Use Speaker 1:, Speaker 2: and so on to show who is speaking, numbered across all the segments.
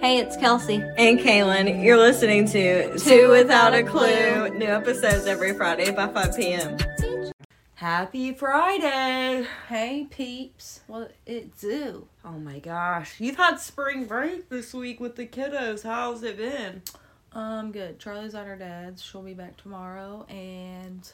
Speaker 1: Hey, it's Kelsey.
Speaker 2: And Kaylin, you're listening to Two Without a Clue. New episodes every Friday by 5 p.m. Happy Friday!
Speaker 1: Hey, peeps. What it do?
Speaker 2: Oh my gosh, you've had spring break this week with the kiddos. How's it been?
Speaker 1: Um, good. Charlie's at her dad's. She'll be back tomorrow, and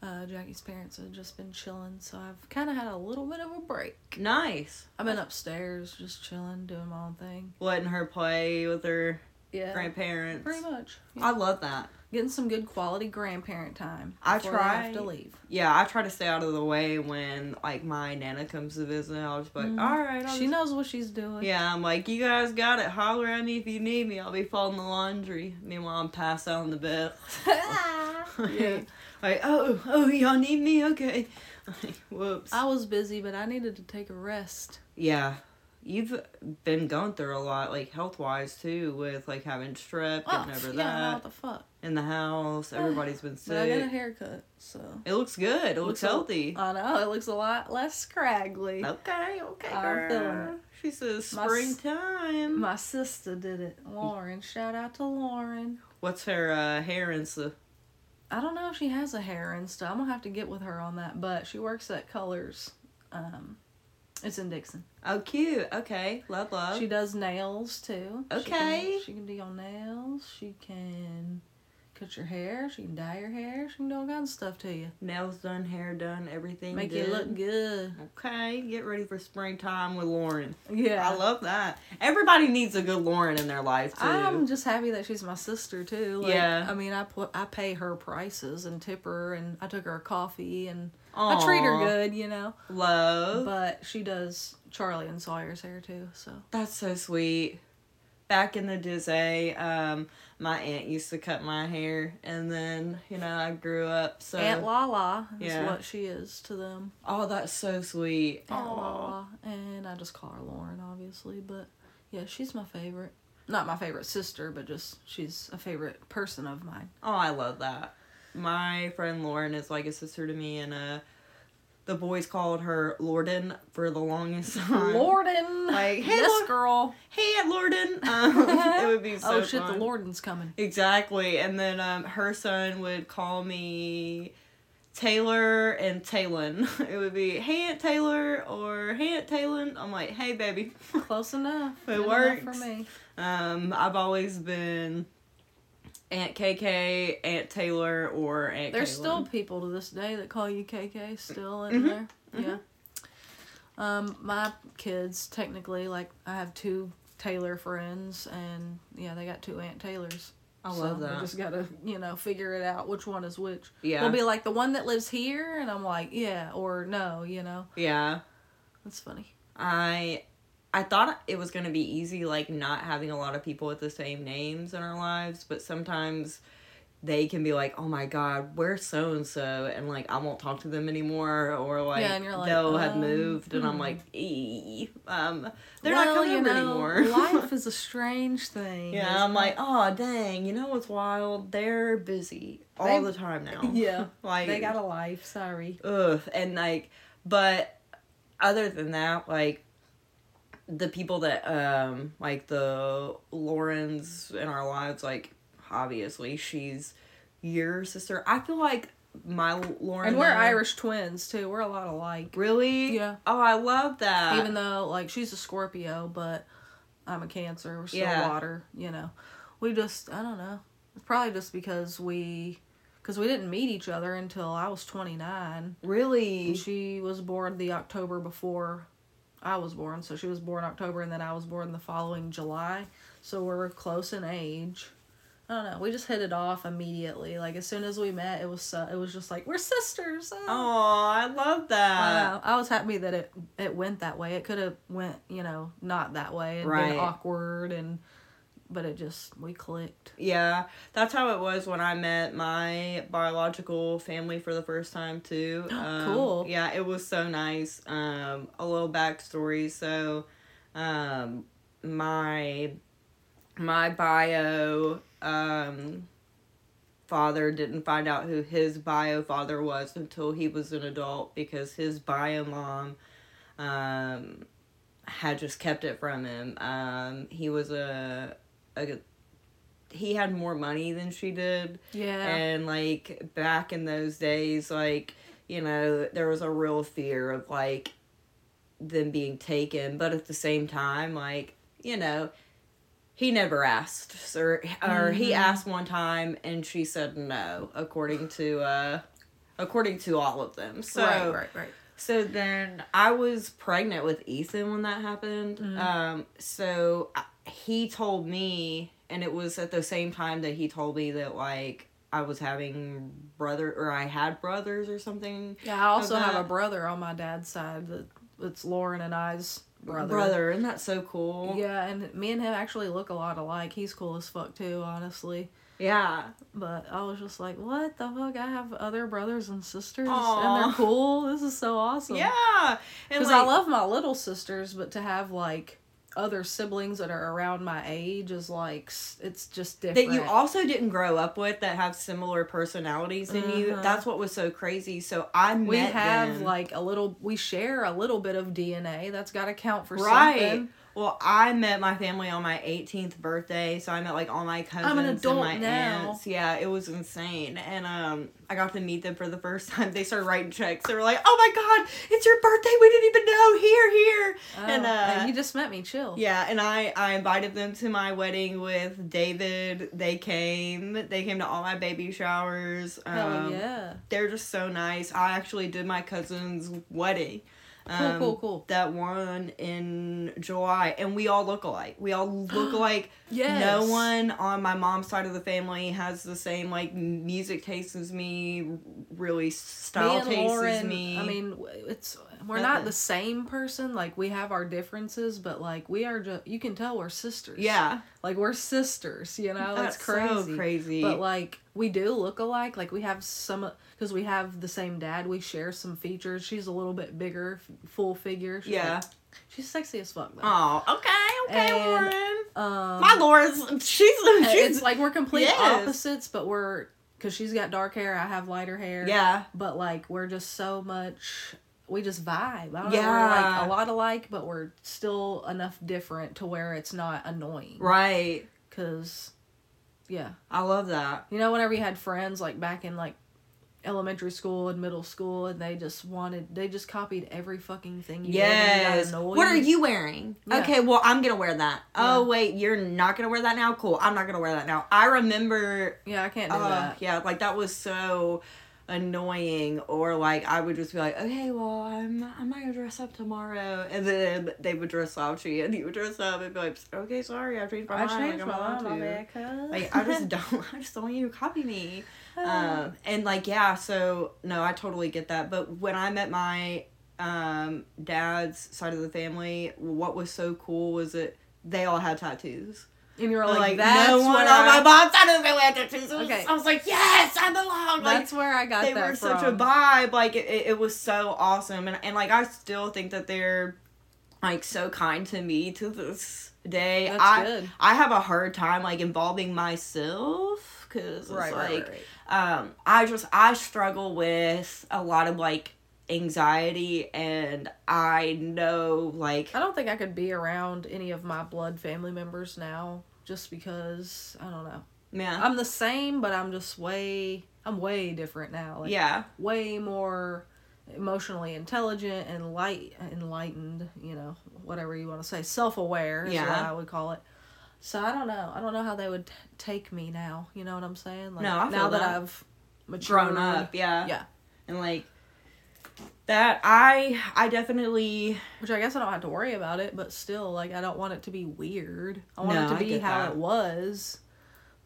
Speaker 1: uh, Jackie's parents have just been chilling, so I've kind of had a little bit of a break.
Speaker 2: Nice.
Speaker 1: I've been upstairs just chilling, doing my own thing.
Speaker 2: Letting her play with her
Speaker 1: Yeah,
Speaker 2: grandparents.
Speaker 1: pretty much. Yeah.
Speaker 2: I love that.
Speaker 1: Getting some good quality grandparent time.
Speaker 2: I
Speaker 1: before they have
Speaker 2: tried-
Speaker 1: to leave.
Speaker 2: Yeah, I try to stay out of the way when like my nana comes to visit. I'll just be like,
Speaker 1: Mhm.
Speaker 2: all right. I'll
Speaker 1: She
Speaker 2: just-"
Speaker 1: knows what she's doing.
Speaker 2: Yeah, I'm like, you guys got it. Holler at me if you need me. I'll be folding the laundry. Meanwhile, I'm passed out on the bed. Ah!
Speaker 1: Yeah.
Speaker 2: like, oh, oh, y'all need me? Okay. Like, whoops.
Speaker 1: I was busy, but I needed to take a rest.
Speaker 2: Yeah. You've been going through a lot, like health wise too, with like having strep,
Speaker 1: Oh,
Speaker 2: getting over
Speaker 1: yeah,
Speaker 2: that
Speaker 1: what the fuck?
Speaker 2: in the house. Everybody's been
Speaker 1: But I got a
Speaker 2: sick.
Speaker 1: haircut, so.
Speaker 2: It looks good. It looks
Speaker 1: Looks a-
Speaker 2: healthy.
Speaker 1: I know it looks a lot less scraggly.
Speaker 2: Okay, okay,
Speaker 1: I'm
Speaker 2: girl.
Speaker 1: feeling
Speaker 2: She says
Speaker 1: My s-
Speaker 2: springtime.
Speaker 1: My sister did it, Lauren. Shout out to Lauren.
Speaker 2: What's her uh, hair and stuff?
Speaker 1: I don't know if she has a hair and stuff. I'm gonna have to get with her on that, but she works at Colors. Um, it's in Dixon.
Speaker 2: Oh, cute. Okay, love, love.
Speaker 1: She does nails too. She can-
Speaker 2: Oh. Okay.
Speaker 1: She can, do your nails. She can cut your hair. She can dye your hair. She can do all kinds of stuff to you.
Speaker 2: Nails done, hair done, everything.
Speaker 1: Make
Speaker 2: good.
Speaker 1: you look good.
Speaker 2: Okay, get ready for springtime with Lauren.
Speaker 1: Yeah.
Speaker 2: I love that. Everybody needs a good Lauren in their life too.
Speaker 1: I'm just happy that she's my sister too. Like,
Speaker 2: Yeah.
Speaker 1: I mean, I put I pay her prices and tip her, and I took her a coffee, and I treat her
Speaker 2: Aw,
Speaker 1: good, you know.
Speaker 2: Love.
Speaker 1: But she does Charlie and Sawyer's hair too. So
Speaker 2: That's so sweet. Back in the day, um, my aunt used to cut my hair, and then you know I grew up. So
Speaker 1: Aunt Lala is
Speaker 2: yeah.
Speaker 1: what she is to them.
Speaker 2: oh, that's so sweet.
Speaker 1: Aunt
Speaker 2: Aw.
Speaker 1: Lala, and I just call her Lauren, obviously. But yeah, she's my favorite. Not my favorite sister, but just she's a favorite person of mine.
Speaker 2: Oh, I love that. My friend Lauren is like a sister to me, and uh, the boys called her Lorden for the longest time.
Speaker 1: Lorden,
Speaker 2: Like, hey,
Speaker 1: this
Speaker 2: Lor-
Speaker 1: girl.
Speaker 2: Hey, Aunt Lorden. Um, it would be so.
Speaker 1: oh shit,
Speaker 2: fun.
Speaker 1: the Lorden's coming.
Speaker 2: Exactly. And then um, her son would call me Taylor and Taylon. It would be, hey, Aunt Taylor or hey, Aunt Taylon. I'm like, hey, baby.
Speaker 1: Close enough.
Speaker 2: It
Speaker 1: Good enough
Speaker 2: works.
Speaker 1: for me.
Speaker 2: um, I've always been Aunt KK, Aunt Taylor, or Aunt
Speaker 1: There's
Speaker 2: Kaylin.
Speaker 1: still people to this day that call you KK still in
Speaker 2: Mhm,
Speaker 1: there. Yeah. Um, my kids technically like I have two Taylor friends and yeah, they got two Aunt Taylors.
Speaker 2: I
Speaker 1: So
Speaker 2: love
Speaker 1: we
Speaker 2: that.
Speaker 1: just gotta, you know, figure it out which one is which.
Speaker 2: yeah.
Speaker 1: They'll be like the one that lives here and I'm like, Yeah, or no, you know.
Speaker 2: yeah.
Speaker 1: That's funny.
Speaker 2: I. I thought it was going to be easy, like not having a lot of people with the same names in our lives, but sometimes they can be like, "Oh my God, where's so and so?" and like I won't talk to them anymore, or like,
Speaker 1: and you're like,
Speaker 2: they'll have
Speaker 1: um,
Speaker 2: moved, and I'm
Speaker 1: hmm.
Speaker 2: like, "Ee, um, they're
Speaker 1: Well,
Speaker 2: not coming
Speaker 1: you
Speaker 2: over
Speaker 1: know,
Speaker 2: anymore."
Speaker 1: life is a strange thing.
Speaker 2: yeah,
Speaker 1: isn't
Speaker 2: I'm like,
Speaker 1: it?
Speaker 2: "Oh dang, you know what's wild? They're busy all
Speaker 1: They-
Speaker 2: the time now."
Speaker 1: Yeah.
Speaker 2: like
Speaker 1: They got a life, sorry.
Speaker 2: ugh, and like, but other than that, like the people that um like the Laurens in our lives, like obviously she's your sister. I feel like my Lauren
Speaker 1: And we're
Speaker 2: now-
Speaker 1: Irish twins too. We're a lot alike.
Speaker 2: Really?
Speaker 1: Yeah.
Speaker 2: Oh, I love that.
Speaker 1: Even though like she's a Scorpio, but I'm a Cancer. We're still
Speaker 2: Yeah.
Speaker 1: water. You know, we just I don't know. It's probably just because we, because we didn't meet each other until I was 29,
Speaker 2: really.
Speaker 1: and she was born the October before I was born. So she was born October, and then I was born the following July. So we're close in age. I don't know. We just hit it off immediately. Like as soon as we met, it was so, it was just like we're sisters.
Speaker 2: Oh, uh, I love that.
Speaker 1: Wow. I was happy that it it went that way. It could have went, you know, not that way and
Speaker 2: Right.
Speaker 1: been awkward and but it just we clicked.
Speaker 2: Yeah, that's how it was when I met my biological family for the first time too. Um,
Speaker 1: Cool.
Speaker 2: Yeah, it was so nice. Um, a little backstory. So, um, my my bio um, father didn't find out who his bio father was until he was an adult because his bio mom um, had just kept it from him. Um, he was a, a he had more money than she did.
Speaker 1: Yeah.
Speaker 2: And like back in those days, like, you know, there was a real fear of like them being taken, but at the same time, like, you know, he never asked, or, or
Speaker 1: Mm-hmm.
Speaker 2: he asked one time and she said no, according to uh according to all of them. So
Speaker 1: right, right, right.
Speaker 2: so then I was pregnant with Ethan when that happened.
Speaker 1: Mm.
Speaker 2: Um, so I, he told me, and it was at the same time that he told me that like I was having brother or I had brothers or something.
Speaker 1: Yeah, I also
Speaker 2: of
Speaker 1: have a
Speaker 2: that.
Speaker 1: brother on my dad's side that it's Lauren and I's brother.
Speaker 2: brother, isn't that so cool?
Speaker 1: Yeah, and me and him actually look a lot alike. He's cool as fuck too, honestly.
Speaker 2: yeah.
Speaker 1: But I was just like, what the fuck? I have other brothers and sisters, and
Speaker 2: Aw.
Speaker 1: they're cool. This is so awesome.
Speaker 2: Yeah. And
Speaker 1: because
Speaker 2: like,
Speaker 1: I love my little sisters, but to have like other siblings that are around my age is like s- it's just different.
Speaker 2: that you also didn't grow up with that have similar personalities than you.
Speaker 1: Uh-huh.
Speaker 2: That's what was so crazy. So I met
Speaker 1: we have
Speaker 2: them.
Speaker 1: like a little we share a little bit of DNA that's got to count for something.
Speaker 2: Well, I met my family on my 18th birthday, so I met like all my cousins
Speaker 1: an
Speaker 2: and
Speaker 1: adult
Speaker 2: my
Speaker 1: now.
Speaker 2: aunts. Yeah, it was insane, and um, I got to meet them for the first time. They started writing checks. They were like, "Oh my god, it's your birthday! We didn't even know. Here, here!"
Speaker 1: Oh,
Speaker 2: and uh,
Speaker 1: you just met me chill.
Speaker 2: yeah, and I I invited them to my wedding with David. They came. They came to all my baby showers. Um,
Speaker 1: Hell yeah.
Speaker 2: they're just so nice. I actually did my cousin's wedding. um,
Speaker 1: cool, cool.
Speaker 2: That one in July, and we all look alike. We all look alike. No
Speaker 1: Yes.
Speaker 2: one on my mom's side of the family has the same like music taste as me, r- really
Speaker 1: me
Speaker 2: style
Speaker 1: and
Speaker 2: taste as
Speaker 1: Lauren,
Speaker 2: me.
Speaker 1: I mean, w- it's we're not
Speaker 2: Nothing.
Speaker 1: the same person. Like we have our differences, but like we are just you can tell we're sisters.
Speaker 2: yeah,
Speaker 1: like we're sisters. You know,
Speaker 2: that's
Speaker 1: it's crazy.
Speaker 2: so crazy.
Speaker 1: But like we do look alike. Like we have some because we have the same dad. We share some features. She's a little bit bigger, f- full figure. She's
Speaker 2: yeah.
Speaker 1: like- she's sexy as fuck though.
Speaker 2: Oh, okay, okay,
Speaker 1: And,
Speaker 2: Lauren.
Speaker 1: um, eh,
Speaker 2: My Lauren's she's she's
Speaker 1: it's like we're complete
Speaker 2: Yes.
Speaker 1: opposites, but we're because she's got dark hair. I have lighter hair.
Speaker 2: yeah.
Speaker 1: but like we're just so much we just vibe. I don't know, we're
Speaker 2: Yeah.
Speaker 1: like a lot alike, but we're still enough different to where it's not annoying.
Speaker 2: Right.
Speaker 1: Cause, yeah,
Speaker 2: I love that.
Speaker 1: you know, whenever you had friends like back in like elementary school and middle school, and they just wanted, they just copied every fucking thing you
Speaker 2: Yes.
Speaker 1: did. and you got annoyed.
Speaker 2: What are you wearing?
Speaker 1: Yeah.
Speaker 2: Okay, well, I'm going to wear that. Oh,
Speaker 1: Yeah.
Speaker 2: wait, you're not going to wear that now? Cool. I'm not going to wear that now. I remember,
Speaker 1: Yeah, I can't do
Speaker 2: uh,
Speaker 1: that.
Speaker 2: yeah, like that was so annoying or like I would just be like, "Okay, well, I'm I'm not going to dress up tomorrow." And then they would dress slouchy and you would dress up and be like, "Okay, sorry, I changed my
Speaker 1: I
Speaker 2: mind."
Speaker 1: changed
Speaker 2: like,
Speaker 1: my
Speaker 2: I'm
Speaker 1: mind,
Speaker 2: allowed
Speaker 1: my
Speaker 2: to."
Speaker 1: bad, cuz.
Speaker 2: Like I just don't I just don't want you to copy me.
Speaker 1: Uh.
Speaker 2: Um and like yeah, so no, I totally get that. But when I met my um dad's side of the family, what was so cool was that they all had tattoos.
Speaker 1: and you're
Speaker 2: Like,
Speaker 1: like, that's
Speaker 2: no one
Speaker 1: what
Speaker 2: on
Speaker 1: I,
Speaker 2: my mom's side of the family had tattoos. It was-
Speaker 1: Okay.
Speaker 2: I was like, yes, I belong. Like,
Speaker 1: that's where I got
Speaker 2: they
Speaker 1: that
Speaker 2: were
Speaker 1: from.
Speaker 2: such a vibe. Like it, it, it was so awesome, and and like I still think that they're like so kind to me to this day.
Speaker 1: That's
Speaker 2: I
Speaker 1: good.
Speaker 2: I have a hard time like involving myself because
Speaker 1: Right,
Speaker 2: it's
Speaker 1: right,
Speaker 2: like
Speaker 1: right, right.
Speaker 2: um I just I struggle with a lot of like anxiety, and I know like
Speaker 1: I don't think I could be around any of my blood family members now just because I don't know.
Speaker 2: man,
Speaker 1: I'm the same, but I'm just way I'm way different now. Like
Speaker 2: yeah,
Speaker 1: way more emotionally intelligent and light enlightened, you know, whatever you want to say, self-aware is what
Speaker 2: Yeah.
Speaker 1: I would call it. So I don't know. I don't know how they would t- take me now, you know what I'm saying? Like
Speaker 2: No, I feel
Speaker 1: now that,
Speaker 2: that.
Speaker 1: I've matured
Speaker 2: grown up, yeah,
Speaker 1: Yeah.
Speaker 2: and like that I I definitely
Speaker 1: Which I guess I don't have to worry about it, but still, like, I don't want it to be weird. I want
Speaker 2: No,
Speaker 1: it to
Speaker 2: I
Speaker 1: be
Speaker 2: get
Speaker 1: how
Speaker 2: that.
Speaker 1: it was,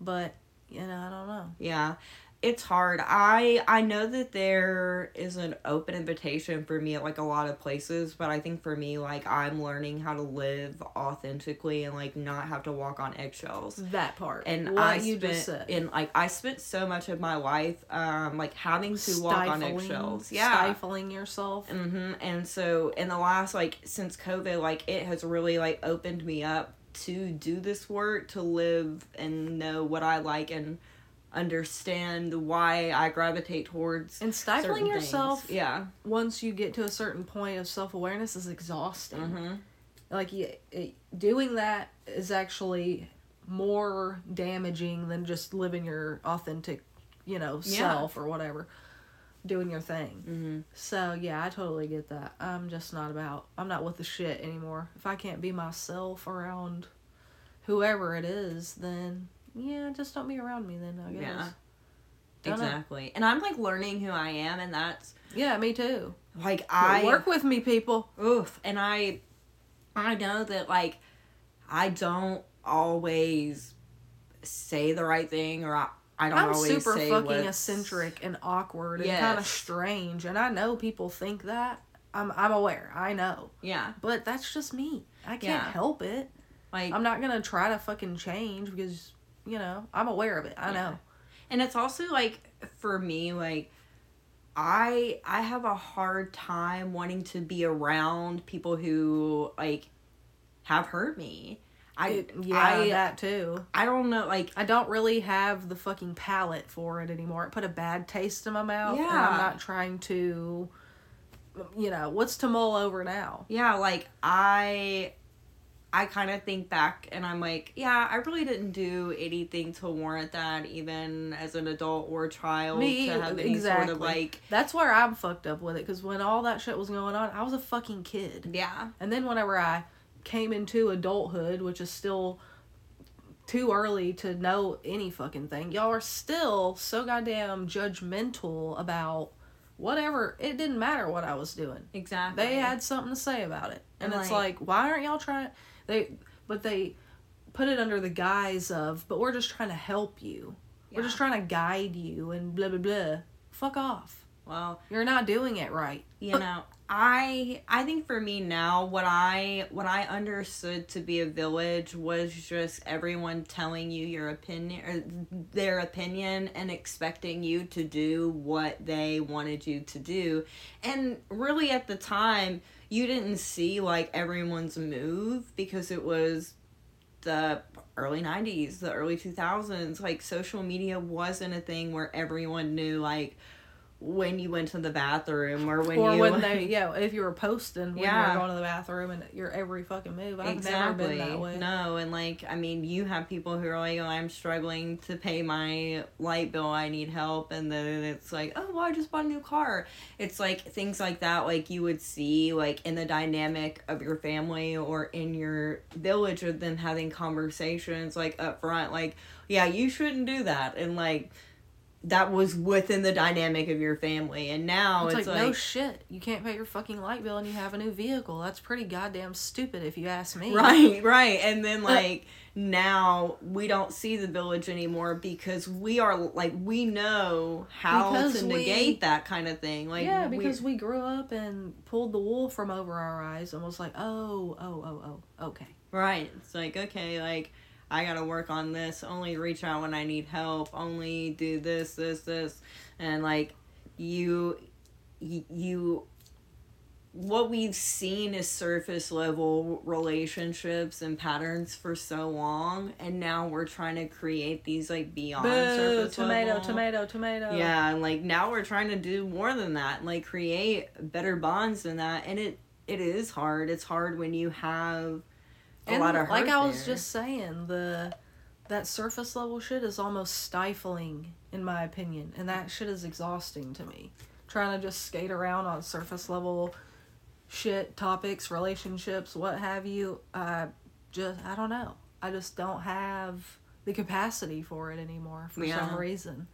Speaker 1: but, you know, I don't know.
Speaker 2: Yeah. It's hard. I I know that there is an open invitation for me at like a lot of places, but I think for me like I'm learning how to live authentically and like not have to walk on eggshells.
Speaker 1: That part.
Speaker 2: And
Speaker 1: what
Speaker 2: I
Speaker 1: you
Speaker 2: spent
Speaker 1: just said.
Speaker 2: and like I spent so much of my life um like having to walk on eggshells. Yeah.
Speaker 1: Stifling yourself.
Speaker 2: Mm-hmm. And so in the last like since COVID, like it has really like opened me up to do this work, to live and know what I like and understand why I gravitate towards
Speaker 1: And stifling
Speaker 2: certain
Speaker 1: yourself
Speaker 2: Things. Yeah.
Speaker 1: once you get to a certain point of self awareness is exhausting.
Speaker 2: Mm-hmm.
Speaker 1: Like you, it, doing that is actually more damaging than just living your authentic, you know,
Speaker 2: Yeah. Mm-hmm.
Speaker 1: self or whatever, doing your thing. So yeah, I totally get that. I'm just not about. I'm not with the shit anymore. If I can't be myself around whoever it is, then yeah, just don't be around me. Then I guess.
Speaker 2: Yeah.
Speaker 1: Don't know.
Speaker 2: Exactly. And I'm like learning who I am and that's
Speaker 1: Yeah, me too.
Speaker 2: like
Speaker 1: I
Speaker 2: I
Speaker 1: work with me, people.
Speaker 2: oof and I I know that like I don't always say the right thing or I, I don't
Speaker 1: I'm
Speaker 2: always
Speaker 1: super
Speaker 2: say
Speaker 1: fucking
Speaker 2: what's-
Speaker 1: eccentric and awkward and
Speaker 2: Yes.
Speaker 1: kind of strange, and I know people think that. I'm I'm aware. I know,
Speaker 2: Yeah.
Speaker 1: but that's just me. I can't
Speaker 2: Yeah.
Speaker 1: help it.
Speaker 2: Like
Speaker 1: I'm not gonna try to fucking change because you know I'm aware of it. I
Speaker 2: Yeah.
Speaker 1: know.
Speaker 2: and it's also like for me like i i have a hard time wanting to be around people who like have hurt me i
Speaker 1: It- yeah,
Speaker 2: i
Speaker 1: that too.
Speaker 2: i don't know like
Speaker 1: I don't really have the fucking palate for it anymore. It put a bad taste in my mouth, and
Speaker 2: Yeah.
Speaker 1: I'm not trying to, you know, what's to mull over now?
Speaker 2: yeah like i i kind of think back and i'm like yeah i really didn't do anything to warrant that even as an adult or a child
Speaker 1: Me,
Speaker 2: to have any sort
Speaker 1: exactly.
Speaker 2: of like
Speaker 1: That's where I'm fucked up with it because when all that shit was going on, I was a fucking kid.
Speaker 2: yeah
Speaker 1: And then whenever I came into adulthood, which is still too early to know any fucking thing, y'all are still so goddamn judgmental about whatever. It didn't matter what I was doing.
Speaker 2: exactly
Speaker 1: They had something to say about it. And
Speaker 2: And,
Speaker 1: it's
Speaker 2: like-
Speaker 1: like, why aren't y'all trying they but they put it under the guise of, but we're just trying to help you. We're just trying to guide you and blah blah blah. Fuck off.
Speaker 2: well
Speaker 1: You're not doing it right.
Speaker 2: you know i i think for me now what i what i understood to be a village was just everyone telling you your opinion or their opinion and expecting you to do what they wanted you to do and really at the time you didn't see like everyone's move because it was the early 90s the early 2000s like social media wasn't a thing where everyone knew like when you went to the bathroom or when
Speaker 1: or
Speaker 2: you
Speaker 1: when they yeah, if you were posting when you
Speaker 2: Yeah.
Speaker 1: were going to the bathroom and your every fucking move. I've never
Speaker 2: exactly
Speaker 1: been that way.
Speaker 2: no and like i mean you have people who are like oh i'm struggling to pay my light bill i need help and then it's like oh well i just bought a new car it's like things like that like you would see like in the dynamic of your family or in your village or them having conversations like up front like yeah you shouldn't do that and like that was within the dynamic of your family and now
Speaker 1: It's,
Speaker 2: it's,
Speaker 1: like, no shit. You can't pay your fucking light bill and you have a new vehicle. That's pretty goddamn stupid if you ask me. Uh,
Speaker 2: Right, right. And then like now we don't see the village anymore because we are like we know how
Speaker 1: Because
Speaker 2: to
Speaker 1: we-
Speaker 2: negate that kind of thing. Like
Speaker 1: yeah, because we, grew up and pulled the wool from over our eyes and was like, oh, oh, oh, oh, okay.
Speaker 2: we, right. It's like okay, like I gotta work on this. Only reach out when I need help. Only do this, this, this, and like you, y- you. What we've seen is surface level relationships and patterns for so long, and now we're trying to create these like beyond
Speaker 1: Boo,
Speaker 2: surface
Speaker 1: tomato,
Speaker 2: level.
Speaker 1: tomato, tomato.
Speaker 2: Yeah, and like now we're trying to do more than that and like create better bonds than that. And it it is hard. It's hard when you have a
Speaker 1: And
Speaker 2: lot of
Speaker 1: like
Speaker 2: hurt
Speaker 1: I was
Speaker 2: there.
Speaker 1: just saying, the that surface level shit is almost stifling in my opinion, and that shit is exhausting to me. Trying to just skate around on surface level shit, topics, relationships, what have you. I just I don't know. I just don't have the capacity for it anymore for
Speaker 2: Yeah.
Speaker 1: some reason.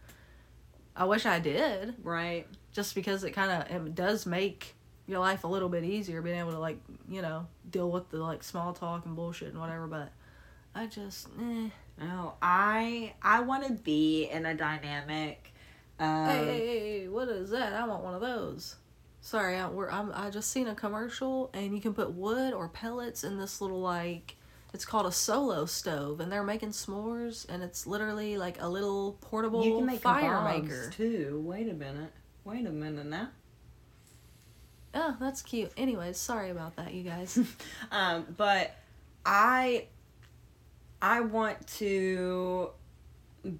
Speaker 1: I wish I did.
Speaker 2: right.
Speaker 1: just because it kind of it does make your life a little bit easier being able to like you know deal with the like small talk and bullshit and whatever but i just eh.
Speaker 2: Oh, I I want to be in a dynamic. Um,
Speaker 1: hey, hey, hey hey, what is that i want one of those sorry I, we're, I'm, I just seen a commercial and you can put wood or pellets in this little like it's called a solo stove and they're making smores and it's literally like a little portable
Speaker 2: um, you can make
Speaker 1: fire
Speaker 2: kebabs,
Speaker 1: maker
Speaker 2: too. Wait a minute. Wait a minute now.
Speaker 1: oh that's cute anyways sorry about that you guys
Speaker 2: um, but I I want to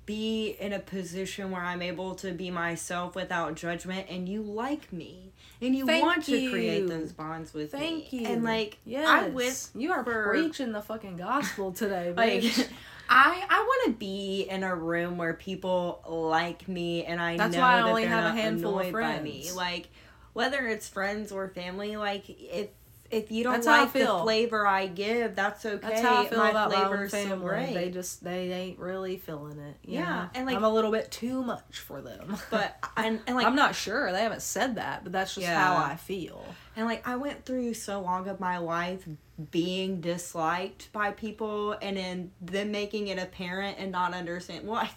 Speaker 2: be in a position where I'm able to be myself without judgment and you like me and you
Speaker 1: Thank
Speaker 2: want to create
Speaker 1: you.
Speaker 2: those bonds with me.
Speaker 1: Thank you.
Speaker 2: And like
Speaker 1: yes,
Speaker 2: I wish
Speaker 1: you are
Speaker 2: for-
Speaker 1: preaching the fucking gospel today.
Speaker 2: like
Speaker 1: bitch.
Speaker 2: I I want to be in a room where people like me and I
Speaker 1: That's
Speaker 2: know
Speaker 1: why I
Speaker 2: that
Speaker 1: only
Speaker 2: they're
Speaker 1: have a
Speaker 2: not
Speaker 1: handful of
Speaker 2: annoyed by me.
Speaker 1: friends.
Speaker 2: Like whether it's friends or family, like if if you don't
Speaker 1: That's how I
Speaker 2: like the
Speaker 1: feel.
Speaker 2: flavor I give, that's okay.
Speaker 1: That's how I feel
Speaker 2: my
Speaker 1: about my own
Speaker 2: flavor's so
Speaker 1: family.
Speaker 2: great.
Speaker 1: They just they ain't really feeling it. you
Speaker 2: Yeah,
Speaker 1: know?
Speaker 2: and, like-
Speaker 1: I'm a little bit too much for them.
Speaker 2: but and, and like
Speaker 1: I'm not sure. They haven't said that, but that's just
Speaker 2: Yeah.
Speaker 1: how I feel.
Speaker 2: And like I went through so long of my life being disliked by people and then them making it apparent and not understand. Well, I,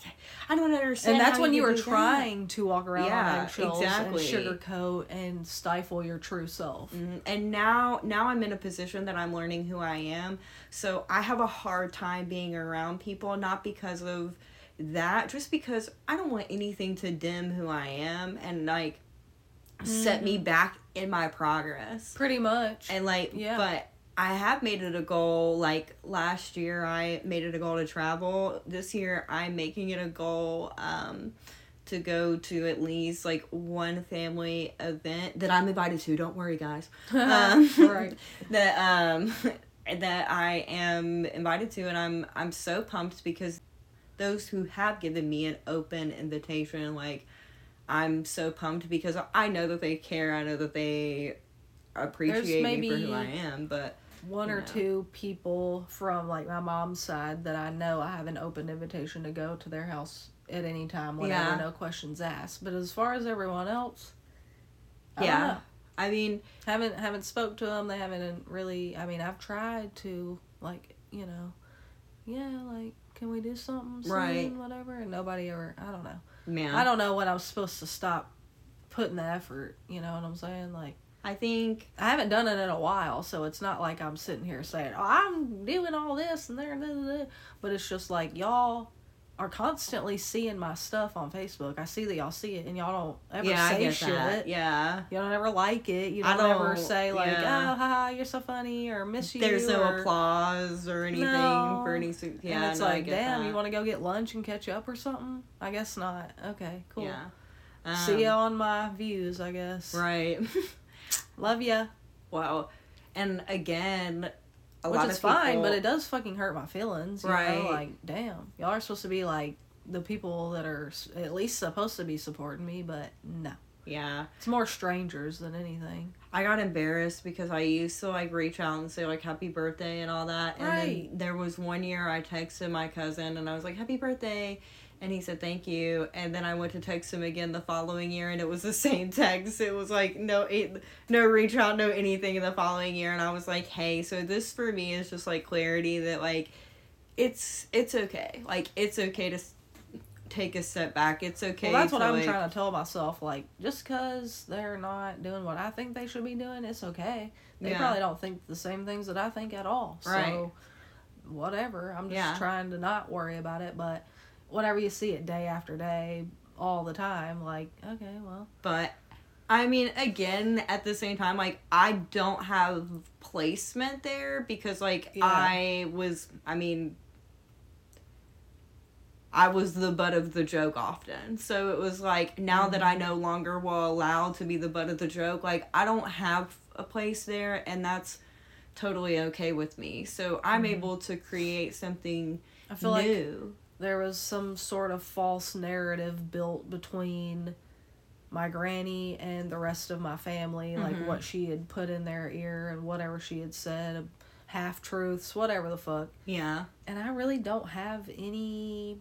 Speaker 2: I don't understand.
Speaker 1: and that's
Speaker 2: how
Speaker 1: when you
Speaker 2: could
Speaker 1: were
Speaker 2: do that.
Speaker 1: trying to walk around
Speaker 2: Yeah,
Speaker 1: on eggshells
Speaker 2: exactly.
Speaker 1: and sugarcoat and stifle your true self.
Speaker 2: Mm, And now now I'm in a position that I'm learning who I am. So I have a hard time being around people not because of that, just because I don't want anything to dim who I am and like set me back in my progress.
Speaker 1: Pretty much.
Speaker 2: And like,
Speaker 1: Yeah.
Speaker 2: but I have made it a goal. Like last year, I made it a goal to travel. This year, I'm making it a goal um, to go to at least like one family event that I'm invited to. Don't worry, guys. Um,
Speaker 1: Right.
Speaker 2: That um, that I am invited to, and I'm I'm so pumped because those who have given me an open invitation, like. I'm so pumped because I know that they care. I know that they appreciate me for who
Speaker 1: maybe-
Speaker 2: I am, but
Speaker 1: One or
Speaker 2: you know.
Speaker 1: two people from like my mom's side that I know I have an open invitation to go to their house at any time, whenever,
Speaker 2: Yeah.
Speaker 1: no questions asked. But as far as everyone else, I don't
Speaker 2: yeah.
Speaker 1: know.
Speaker 2: I mean,
Speaker 1: haven't haven't spoke to them. They haven't really. I mean, I've tried to like you know, yeah, like can we do something soon,
Speaker 2: Right.
Speaker 1: whatever, and nobody ever. I don't know.
Speaker 2: man,
Speaker 1: I don't know when I'm supposed to stop putting the effort. You know what I'm saying? Like
Speaker 2: I think
Speaker 1: I haven't done it in a while, so it's not like I'm sitting here saying, "Oh, I'm doing all this and there," and da, da, da." but it's just like y'all are constantly seeing my stuff on Facebook. I see that y'all see it, and y'all don't ever
Speaker 2: yeah, I
Speaker 1: say
Speaker 2: get
Speaker 1: shit.
Speaker 2: that. Yeah.
Speaker 1: You don't ever like it. You
Speaker 2: I
Speaker 1: don't, ever
Speaker 2: don't-
Speaker 1: say like,
Speaker 2: yeah.
Speaker 1: "Oh, haha, you're so funny," or "Miss you."
Speaker 2: There's no
Speaker 1: or,
Speaker 2: applause or anything
Speaker 1: No.
Speaker 2: for any su- yeah,
Speaker 1: and it's
Speaker 2: no, I
Speaker 1: like,
Speaker 2: get
Speaker 1: "Damn,
Speaker 2: that.
Speaker 1: you want to go get lunch and catch up or something?" I guess not. Okay, cool.
Speaker 2: Yeah. Um,
Speaker 1: See ya on my views, I guess.
Speaker 2: Right.
Speaker 1: Love ya,
Speaker 2: wow. And again, a
Speaker 1: which
Speaker 2: lot of
Speaker 1: is
Speaker 2: people,
Speaker 1: fine, but it does fucking hurt my feelings. You
Speaker 2: Right.
Speaker 1: Know? Like, damn, y'all are supposed to be like the people that are s- at least supposed to be supporting me, but no,
Speaker 2: yeah.
Speaker 1: it's more strangers than anything.
Speaker 2: I got embarrassed because I used to like reach out and say like happy birthday and all that. And then
Speaker 1: Right.
Speaker 2: there was one year I texted my cousin and I was like happy birthday and he said thank you and then I went to text him again the following year and it was the same text. It was like no it, no reach out, no anything in the following year and I was like, "Hey, so this for me is just like clarity that like it's it's okay. Like it's okay to s- take a step back. It's okay."
Speaker 1: Well, that's what
Speaker 2: to,
Speaker 1: I'm
Speaker 2: like-
Speaker 1: trying to tell myself. Like, just because they're not doing what I think they should be doing, it's okay. They
Speaker 2: Yeah.
Speaker 1: probably don't think the same things that I think at all.
Speaker 2: Right.
Speaker 1: So, whatever. I'm just
Speaker 2: Yeah.
Speaker 1: trying to not worry about it. But whenever you see it day after day, all the time, like, okay, well,
Speaker 2: but I mean, again, at the same time, like I don't have placement there because, like,
Speaker 1: Yeah.
Speaker 2: I was, I mean, I was the butt of the joke often. So it was like now that
Speaker 1: Mm-hmm.
Speaker 2: I no longer will allow to be the butt of the joke, like I don't have a place there, and that's totally okay with me. So I'm able to create something
Speaker 1: Mm-hmm. I feel like
Speaker 2: new.
Speaker 1: there was some sort of false narrative built between my granny and the rest of my family,
Speaker 2: Mm-hmm.
Speaker 1: like what she had put in their ear and whatever she had said, half truths, whatever the fuck.
Speaker 2: yeah,
Speaker 1: And I really don't have any.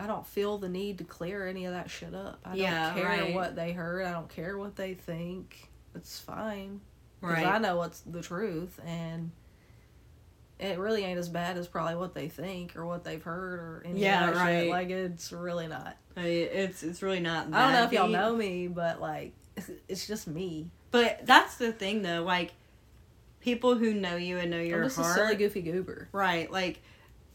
Speaker 1: I don't feel the need to clear any of that shit up. I
Speaker 2: Yeah,
Speaker 1: don't care
Speaker 2: right.
Speaker 1: what they heard. I don't care what they think. It's fine. Because
Speaker 2: right.
Speaker 1: I know what's the truth, and it really ain't as bad as probably what they think or what they've heard or any
Speaker 2: Yeah,
Speaker 1: of that
Speaker 2: right.
Speaker 1: shit. Like it's really not.
Speaker 2: I- it's it's really not.
Speaker 1: I don't know
Speaker 2: that
Speaker 1: if y'all
Speaker 2: deep.
Speaker 1: know me, but like it's just me.
Speaker 2: But that's the thing though, like people who know you and know your
Speaker 1: I'm just
Speaker 2: heart.
Speaker 1: a Oh, silly goofy goober.
Speaker 2: Right, like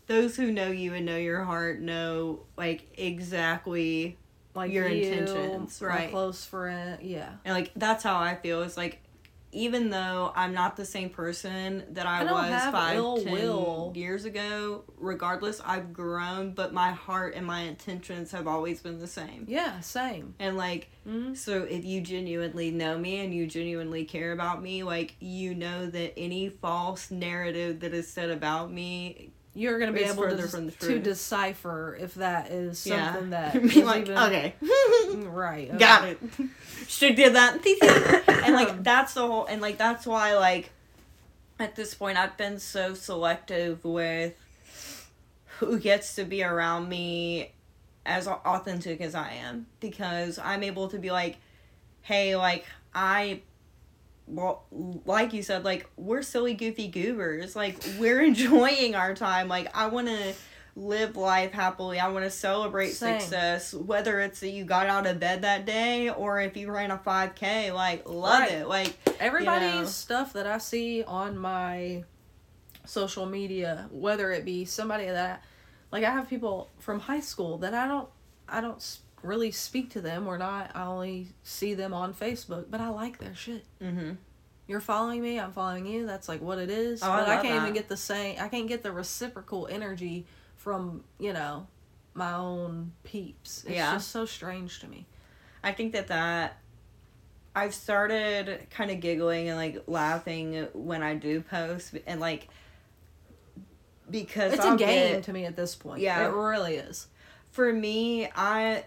Speaker 2: those who know you and know your heart know like exactly
Speaker 1: Like
Speaker 2: Your
Speaker 1: you,
Speaker 2: intentions,
Speaker 1: my
Speaker 2: right.
Speaker 1: close friend, yeah.
Speaker 2: and like that's how I feel. It's like even though I'm not the same person that I,
Speaker 1: I don't
Speaker 2: was
Speaker 1: have
Speaker 2: five,
Speaker 1: ill
Speaker 2: 10
Speaker 1: will.
Speaker 2: years ago, regardless, I've grown, but my heart and my intentions have always been the same.
Speaker 1: Yeah, same.
Speaker 2: And like,
Speaker 1: Mhm.
Speaker 2: so if you genuinely know me and you genuinely care about me, like, you know that any false narrative that is said about me,
Speaker 1: You're gonna be
Speaker 2: It's
Speaker 1: able to,
Speaker 2: further from the
Speaker 1: to
Speaker 2: truth.
Speaker 1: decipher if that is
Speaker 2: yeah,
Speaker 1: something that
Speaker 2: be
Speaker 1: is
Speaker 2: like,
Speaker 1: even- Mm,
Speaker 2: okay,
Speaker 1: right. okay.
Speaker 2: got it. Should did that, and like that's the whole, and like that's why like, at this point I've been so selective with who gets to be around me, as au- authentic as I am, because I'm able to be like, hey, like I. Well, like you said, like we're silly, goofy goobers. Like we're enjoying our time. Like I want to live life happily. I want to celebrate
Speaker 1: Same.
Speaker 2: success, whether it's that you got out of bed that day or if you ran a five k. Like love
Speaker 1: Right.
Speaker 2: it. Like
Speaker 1: Everybody's
Speaker 2: You know.
Speaker 1: stuff that I see on my social media, whether it be somebody that, like, I have people from high school that I don't, I don't s- really speak to them or not. I only see them on Facebook, but I like their shit.
Speaker 2: mm-hmm.
Speaker 1: You're following me, I'm following you. That's like what it is.
Speaker 2: Oh, I
Speaker 1: but I,
Speaker 2: love
Speaker 1: can't even
Speaker 2: that.
Speaker 1: get the same. I can't get the reciprocal energy from you know my own peeps. It's
Speaker 2: Yeah.
Speaker 1: just so strange to me.
Speaker 2: I think that that I've started kind of giggling and like laughing when I do post and like because
Speaker 1: It's
Speaker 2: I'll
Speaker 1: a game
Speaker 2: get-
Speaker 1: to me at this point.
Speaker 2: Yeah.
Speaker 1: it really is.
Speaker 2: for me. I,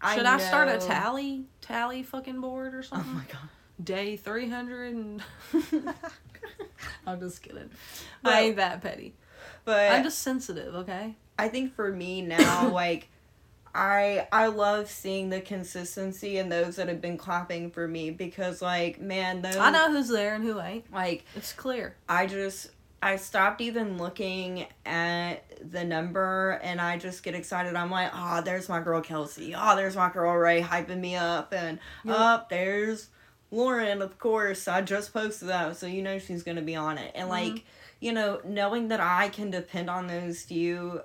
Speaker 2: I
Speaker 1: Should I, start a
Speaker 2: know-
Speaker 1: tally tally fucking board or
Speaker 2: Oh
Speaker 1: something?
Speaker 2: my god!
Speaker 1: Day three hundred and I'm just kidding. I
Speaker 2: Well,
Speaker 1: ain't that petty.
Speaker 2: But
Speaker 1: I'm just sensitive, okay?
Speaker 2: I think for me now, like I I love seeing the consistency in those that have been clapping for me because like man, those
Speaker 1: I know who's there and who ain't.
Speaker 2: like
Speaker 1: It's clear.
Speaker 2: I just I stopped even looking at the number and I just get excited. I'm like, oh, there's my girl Kelsey. Oh, there's my girl Ray hyping me up. And
Speaker 1: Yep.
Speaker 2: up there's Lauren, of course. I just posted that, so you know she's going to be on it. And like, you know, knowing that I can depend on those few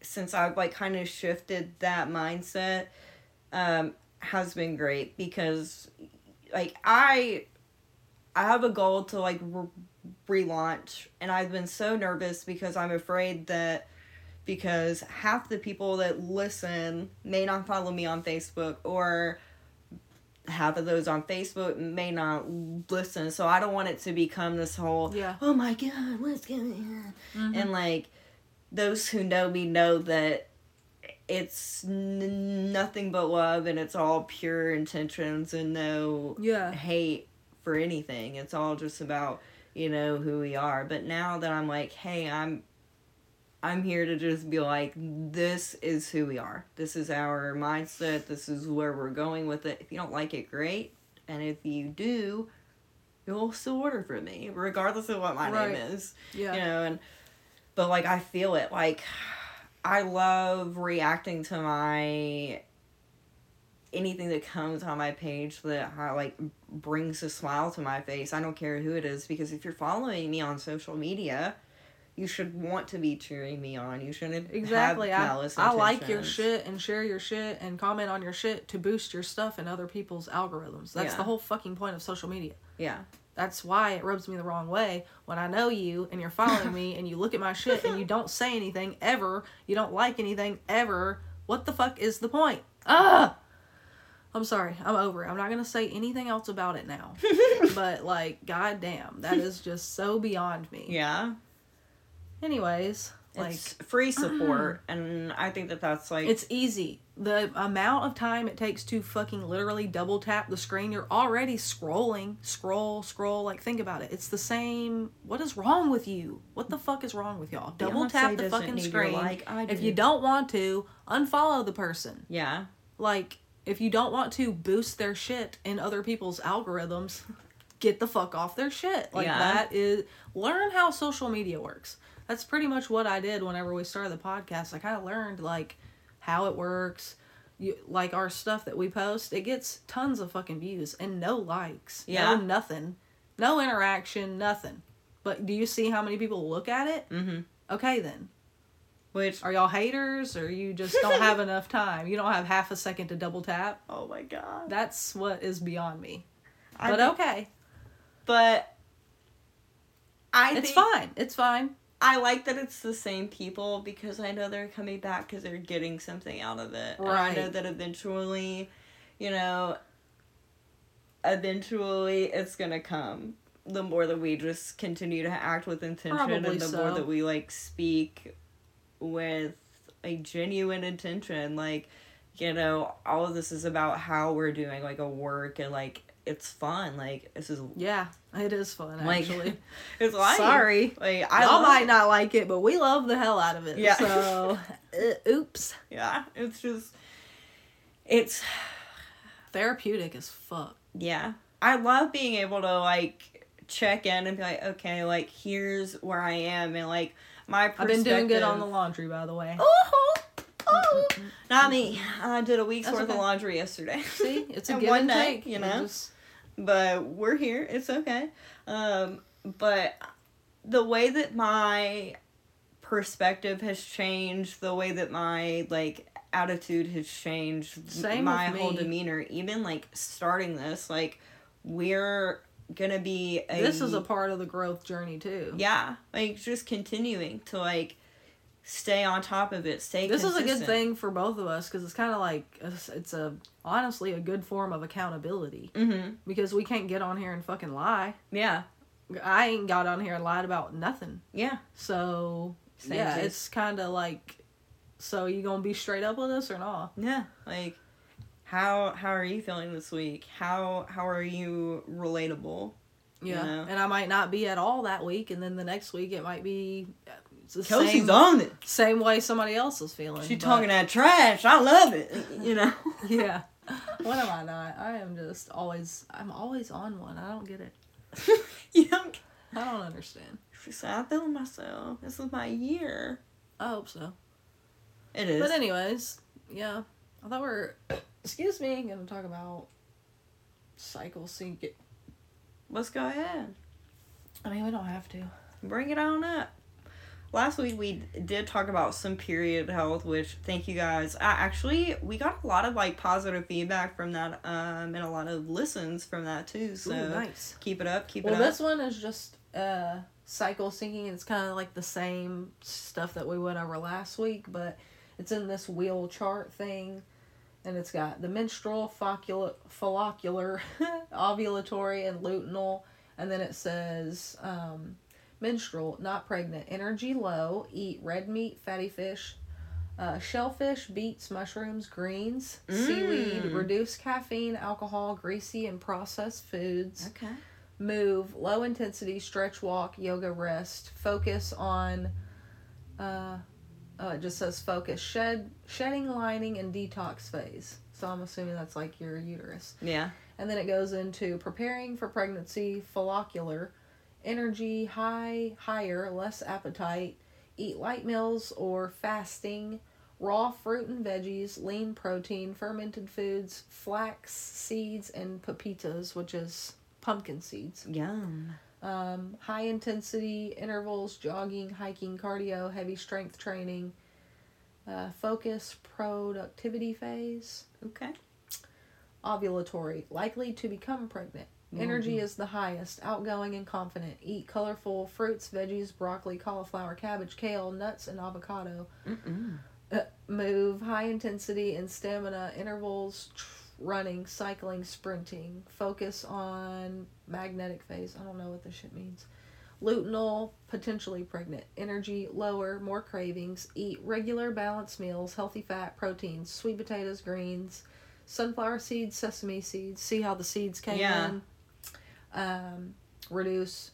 Speaker 2: since I've like kind of shifted that mindset um, has been great because like I I have a goal to like re- relaunch and I've been so nervous because I'm afraid that because half the people that listen may not follow me on Facebook or half of those on Facebook may not listen so I don't want it to become this whole
Speaker 1: Yeah.
Speaker 2: oh my god what's going on and like those who know me know that it's n- nothing but love and it's all pure intentions and no
Speaker 1: Yeah.
Speaker 2: hate for anything. It's all just about, you know, who we are. But now that I'm like, hey, I'm I'm here to just be like, this is who we are. This is our mindset. This is where we're going with it. If you don't like it, great. And if you do, you'll still order from me, regardless of what my
Speaker 1: Right.
Speaker 2: name is
Speaker 1: Yeah.
Speaker 2: you know and but like i feel it like i love reacting to my anything that comes on my page that I, like brings a smile to my face i don't care who it is because if you're following me on social media you should want to be cheering me on you shouldn't
Speaker 1: Exactly.
Speaker 2: have
Speaker 1: I,
Speaker 2: malice
Speaker 1: I like your
Speaker 2: intentions.
Speaker 1: shit and share your shit and comment on your shit to boost your stuff and other people's algorithms. That's
Speaker 2: Yeah.
Speaker 1: the whole fucking point of social media.
Speaker 2: yeah
Speaker 1: That's why it rubs me the wrong way when I know you and you're following me and you look at my shit and you don't say anything ever. You don't like anything ever. What the fuck is the point? Ugh! I'm sorry. I'm over it. I'm not going to say anything else about it now. but, like, goddamn, that is just so beyond me.
Speaker 2: yeah
Speaker 1: Anyways, like,
Speaker 2: it's free support and i think that that's like
Speaker 1: it's easy. The amount of time it takes to fucking literally double tap the screen, you're already scrolling, scroll, scroll. Like, think about it. It's the same. What is wrong with you? What the fuck is wrong with y'all? Double tap
Speaker 2: Beyonce
Speaker 1: the
Speaker 2: doesn't
Speaker 1: fucking
Speaker 2: need your
Speaker 1: screen.
Speaker 2: like, I
Speaker 1: if
Speaker 2: do.
Speaker 1: you don't want to, unfollow the person.
Speaker 2: yeah
Speaker 1: Like, if you don't want to boost their shit in other people's algorithms, get the fuck off their shit. Like,
Speaker 2: Yeah.
Speaker 1: that is. Learn how social media works. That's pretty much what I did whenever we started the podcast. I kind of learned, like, how it works. You, like, our stuff that we post, it gets tons of fucking views and no likes.
Speaker 2: Yeah.
Speaker 1: No nothing. No interaction, nothing. But do you see how many people look at it?
Speaker 2: mm-hmm
Speaker 1: Okay, then.
Speaker 2: which
Speaker 1: Are y'all haters or you just don't have enough time? You don't have half a second to double tap?
Speaker 2: oh my god
Speaker 1: That's what is beyond me.
Speaker 2: I
Speaker 1: but
Speaker 2: think-
Speaker 1: okay.
Speaker 2: But I
Speaker 1: It's
Speaker 2: think
Speaker 1: fine. It's fine.
Speaker 2: I like that it's the same people because I know they're coming back because they're getting something out of it. And I know
Speaker 1: Right.
Speaker 2: that eventually, you know, eventually it's gonna come. The more that we just continue to act with intention,
Speaker 1: Probably
Speaker 2: and the
Speaker 1: so.
Speaker 2: more that we like speak with a genuine intention, like you know, all of this is about how we're doing like a work and like it's fun. Like this is
Speaker 1: Yeah, it is fun
Speaker 2: like
Speaker 1: actually.
Speaker 2: it's life.
Speaker 1: Sorry.
Speaker 2: Like I
Speaker 1: I Y'all
Speaker 2: love
Speaker 1: might not like it, but we love the hell out of it.
Speaker 2: Yeah.
Speaker 1: So, uh, oops.
Speaker 2: Yeah, it's just, it's,
Speaker 1: Therapeutic as fuck.
Speaker 2: yeah. I love being able to like check in and be like, okay, like here's where I am, and like my
Speaker 1: I've
Speaker 2: perspective.
Speaker 1: been doing good on the laundry, by the way. Mm-hmm.
Speaker 2: Oh, oh, not me. I did a week's
Speaker 1: That's
Speaker 2: worth
Speaker 1: okay.
Speaker 2: of laundry yesterday.
Speaker 1: See, it's a
Speaker 2: And
Speaker 1: give
Speaker 2: one
Speaker 1: and
Speaker 2: night,
Speaker 1: take.
Speaker 2: you
Speaker 1: We're
Speaker 2: know?
Speaker 1: just-
Speaker 2: but we're here. It's okay. Um, but the way that my perspective has changed, the way that my like attitude has changed,
Speaker 1: Same
Speaker 2: my
Speaker 1: with
Speaker 2: whole
Speaker 1: me.
Speaker 2: demeanor, even like starting this, like we're gonna be a
Speaker 1: this is a part of the growth journey too.
Speaker 2: yeah, like just continuing to like stay on top of it. Stay.
Speaker 1: this is a good
Speaker 2: consistent.
Speaker 1: thing for both of us because it's kind of like it's- it's a honestly a good form of accountability
Speaker 2: Mhm.
Speaker 1: because we can't get on here and fucking lie.
Speaker 2: Yeah.
Speaker 1: I ain't got on here and lied about nothing.
Speaker 2: Yeah.
Speaker 1: So
Speaker 2: Same
Speaker 1: yeah,
Speaker 2: as-
Speaker 1: it's kind of like, so you gonna be straight up with us or not?
Speaker 2: Yeah, like how how are you feeling this week? How how are you relatable?
Speaker 1: Yeah,
Speaker 2: know?
Speaker 1: and I might not be at all that week, and then the next week it might be uh, it's the
Speaker 2: Kelsey's
Speaker 1: same,
Speaker 2: on it.
Speaker 1: same way somebody else is feeling.
Speaker 2: She's
Speaker 1: but-
Speaker 2: talking that trash. I love it. You know.
Speaker 1: Yeah. What am I not? I am just always. I'm always on one. I don't get it.
Speaker 2: you know.
Speaker 1: I don't understand.
Speaker 2: She's like, I'm feeling myself. This is my year.
Speaker 1: I hope so.
Speaker 2: It is.
Speaker 1: But anyways, yeah. I thought we are excuse me, gonna talk about cycle sync.
Speaker 2: Let's go ahead.
Speaker 1: I mean, we don't have to.
Speaker 2: Bring it on up. Last week we did talk about some period health, which thank you guys. I actually we got a lot of like positive feedback from that, um, and a lot of listens from that too. So
Speaker 1: Ooh, nice.
Speaker 2: keep it up, keep
Speaker 1: Well,
Speaker 2: it up.
Speaker 1: this one is just uh cycle syncing. It's kind of like the same stuff that we went over last week, but it's in this wheel chart thing, and it's got the menstrual, follicul- follicular, ovulatory, and luteal, and then it says um, menstrual, not pregnant, energy low, eat red meat, fatty fish. Uh, shellfish, beets, mushrooms, greens, seaweed,
Speaker 2: Mm.
Speaker 1: reduce caffeine, alcohol, greasy and processed foods
Speaker 2: Okay.
Speaker 1: move, low intensity, stretch, walk, yoga, rest. Focus on, uh, oh, it just says focus. Shed, shedding, lining, and detox phase. So I'm assuming that's like your uterus.
Speaker 2: Yeah.
Speaker 1: And then it goes into preparing for pregnancy, follicular, energy, high, higher, less appetite, eat light meals or fasting, raw fruit and veggies, lean protein, fermented foods, flax seeds, and pepitas, which is pumpkin seeds
Speaker 2: Yum.
Speaker 1: um, high intensity intervals, jogging, hiking, cardio, heavy strength training, uh, focus, productivity phase,
Speaker 2: Okay.
Speaker 1: ovulatory, likely to become pregnant. Energy is the highest, outgoing and confident. Eat colorful fruits, veggies, broccoli, cauliflower, cabbage, kale, nuts, and avocado.
Speaker 2: Mm-mm.
Speaker 1: Uh, move, high intensity and stamina intervals, tr- running, cycling, sprinting. Focus on magnetic phase. I don't know what this shit means. Lutinal, potentially pregnant. Energy, lower, more cravings. Eat regular balanced meals, healthy fat, proteins, sweet potatoes, greens, sunflower seeds, sesame seeds. See how the seeds came
Speaker 2: Yeah.
Speaker 1: in. Um, reduce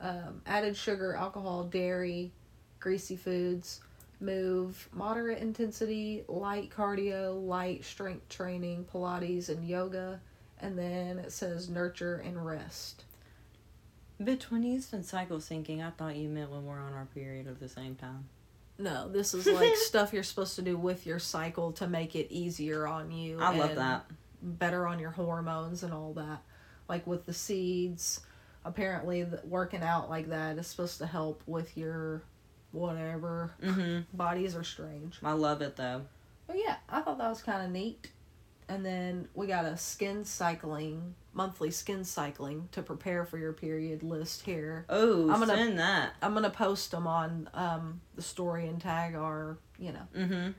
Speaker 1: um, added sugar, alcohol, dairy, greasy foods. Move moderate intensity, light cardio, light strength training, Pilates, and yoga. And then it says nurture and rest.
Speaker 2: Bitch, when you said cycle syncing, I thought you meant when we're on our period at the same time.
Speaker 1: No, this is like stuff you're supposed to do with your cycle to make it easier on you.
Speaker 2: I love
Speaker 1: and
Speaker 2: that.
Speaker 1: Better on your hormones and all that. Like with the seeds, apparently the, working out like that is supposed to help with your whatever.
Speaker 2: hmm
Speaker 1: Bodies are strange.
Speaker 2: I love it though.
Speaker 1: Oh, But yeah, I thought that was kind of neat. and then we got a skin cycling monthly skin cycling to prepare for your period list here.
Speaker 2: Oh,
Speaker 1: I'm gonna-
Speaker 2: send that.
Speaker 1: I'm gonna post them on um the story and tag our you know.
Speaker 2: Mm-hmm.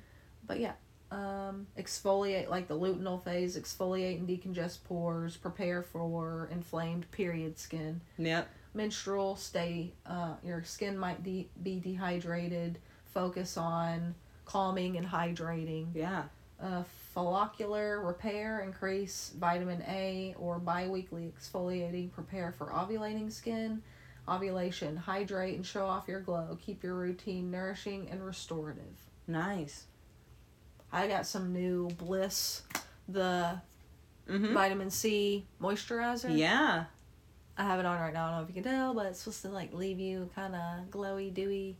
Speaker 1: But yeah, um, exfoliate like the luteal phase, exfoliate and decongest pores, prepare for inflamed period skin,
Speaker 2: Yep.
Speaker 1: menstrual stay. Uh, your skin might de- be dehydrated. Focus on calming and hydrating.
Speaker 2: Yeah.
Speaker 1: Uh, follicular repair, increase vitamin A or biweekly exfoliating, prepare for ovulating skin, ovulation, hydrate and show off your glow, keep your routine nourishing and restorative.
Speaker 2: Nice.
Speaker 1: I got some new Bliss, the
Speaker 2: Mm-hmm.
Speaker 1: vitamin C moisturizer.
Speaker 2: Yeah.
Speaker 1: I have it on right now. I don't know if you can tell, but it's supposed to like leave you kind of glowy, dewy.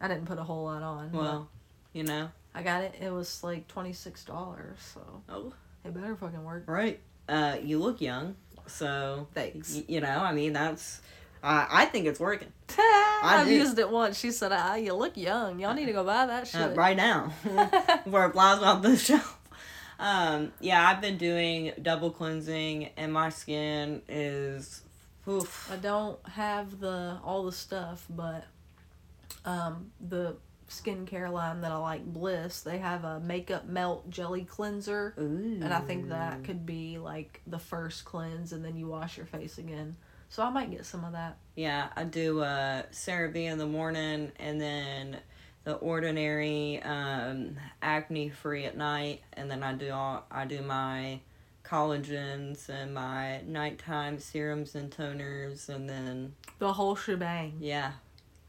Speaker 1: I didn't put a whole lot on. but
Speaker 2: Well, you know.
Speaker 1: I got it. It was like twenty six dollars, so
Speaker 2: Oh.
Speaker 1: it better fucking work.
Speaker 2: Right. Uh, you look young, so
Speaker 1: Thanks.
Speaker 2: y- you know. I mean, that's. I I think it's working
Speaker 1: I've
Speaker 2: did.
Speaker 1: used it once. She said, ah, "You look young. Y'all need to go buy that shit."
Speaker 2: uh, right now. Where it lies on the shelf. Um, yeah, I've been doing double cleansing, and my skin is. Oof.
Speaker 1: I don't have the all the stuff, but um, the skincare line that I like, Bliss, they have a makeup melt jelly cleanser,
Speaker 2: Ooh.
Speaker 1: and I think that could be like the first cleanse, and then you wash your face again. So I might get some of that.
Speaker 2: Yeah, I do uh CeraVe in the morning and then the ordinary um acne free at night and then I do all I do my collagens and my nighttime serums and toners and then
Speaker 1: The whole shebang.
Speaker 2: yeah,